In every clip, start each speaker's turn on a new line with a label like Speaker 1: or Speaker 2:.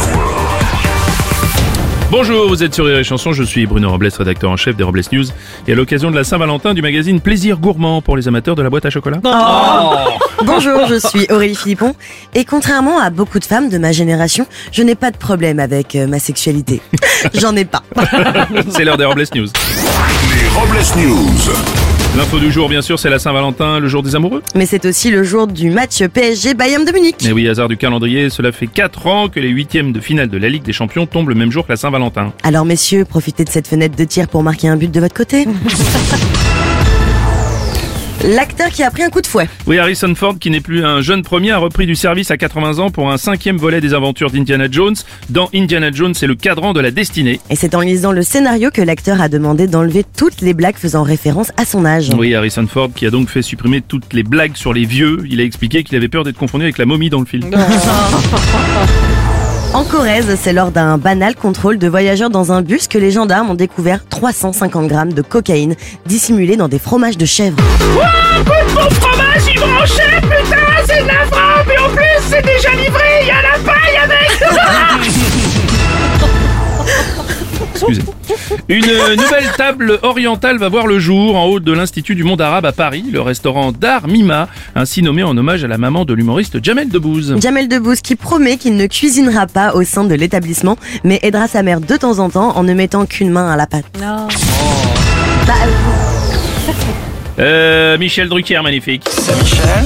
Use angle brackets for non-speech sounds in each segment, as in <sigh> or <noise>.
Speaker 1: a world.
Speaker 2: Bonjour, vous êtes sur Rire et Chanson, je suis Bruno Robles, rédacteur en chef des Robles News, et à l'occasion de la Saint-Valentin du magazine Plaisir Gourmand pour les amateurs de la boîte à chocolat.
Speaker 3: Bonjour, je suis Aurélie Philippon et contrairement à beaucoup de femmes de ma génération, je n'ai pas de problème avec euh, ma sexualité. J'en ai pas.
Speaker 2: <laughs> C'est l'heure des Robles News.
Speaker 1: Les Robles News.
Speaker 2: L'info du jour, bien sûr, c'est la Saint-Valentin, le jour des amoureux.
Speaker 3: Mais c'est aussi le jour du match PSG Bayern de Munich.
Speaker 2: Mais oui, hasard du calendrier, cela fait 4 ans que les huitièmes de finale de la Ligue des Champions tombent le même jour que la Saint-Valentin.
Speaker 3: Alors messieurs, profitez de cette fenêtre de tir pour marquer un but de votre côté. L'acteur qui a pris un coup de fouet.
Speaker 2: Oui, Harrison Ford, qui n'est plus un jeune premier, a repris du service à 80 ans pour un cinquième volet des aventures d'Indiana Jones. Dans Indiana Jones, c'est le cadran de la destinée.
Speaker 3: Et c'est en lisant le scénario que l'acteur a demandé d'enlever toutes les blagues faisant référence à son âge.
Speaker 2: Oui, Harrison Ford qui a donc fait supprimer toutes les blagues sur les vieux. Il a expliqué qu'il avait peur d'être confondu avec la momie dans le film.
Speaker 3: En Corrèze, c'est lors d'un banal contrôle de voyageurs dans un bus que les gendarmes ont découvert 350 grammes de cocaïne dissimulée dans des fromages de chèvre.
Speaker 4: Mon fromage, il branchait, putain, c'est de la frappe Et en plus, c'est déjà livré, il y a la paille avec <laughs>
Speaker 2: Excusez. Une euh, nouvelle table orientale va voir le jour en haut de l'Institut du Monde Arabe à Paris, le restaurant Dar Mima, ainsi nommé en hommage à la maman de l'humoriste Jamel Debbouze.
Speaker 3: Jamel Debbouze qui promet qu'il ne cuisinera pas au sein de l'établissement, mais aidera sa mère de temps en temps en ne mettant qu'une main à la pâte. Bah, euh,
Speaker 2: Euh, Michel Drucker, magnifique.
Speaker 5: C'est Michel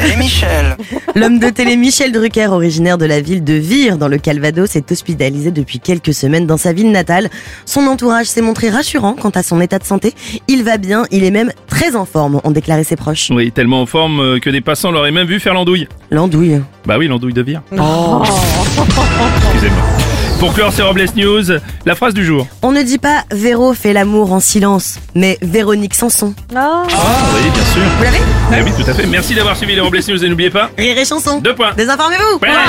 Speaker 5: Elle est Michel
Speaker 3: L'homme de télé Michel Drucker, originaire de la ville de Vire dans le Calvados, est hospitalisé depuis quelques semaines dans sa ville natale. Son entourage s'est montré rassurant quant à son état de santé. Il va bien, il est même très en forme, ont déclaré ses proches.
Speaker 2: Oui, tellement en forme euh, que des passants l'auraient même vu faire l'andouille.
Speaker 3: L'andouille.
Speaker 2: Bah oui, l'andouille de vire. Excusez-moi. Pour clore ces Robles News, la phrase du jour.
Speaker 3: On ne dit pas Véro fait l'amour en silence, mais Véronique Sanson.
Speaker 2: Ah oui, bien sûr.
Speaker 3: Vous l'avez
Speaker 2: Ah oui, tout à fait. Merci d'avoir suivi les Robles News et n'oubliez pas.
Speaker 3: Rire et chanson.
Speaker 2: Deux points.
Speaker 3: Désinformez-vous.
Speaker 2: Ouais.
Speaker 3: Voilà.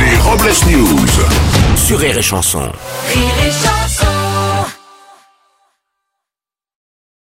Speaker 1: Les Robles News.
Speaker 6: Sur Rire et Chanson.
Speaker 7: Rire et chanson.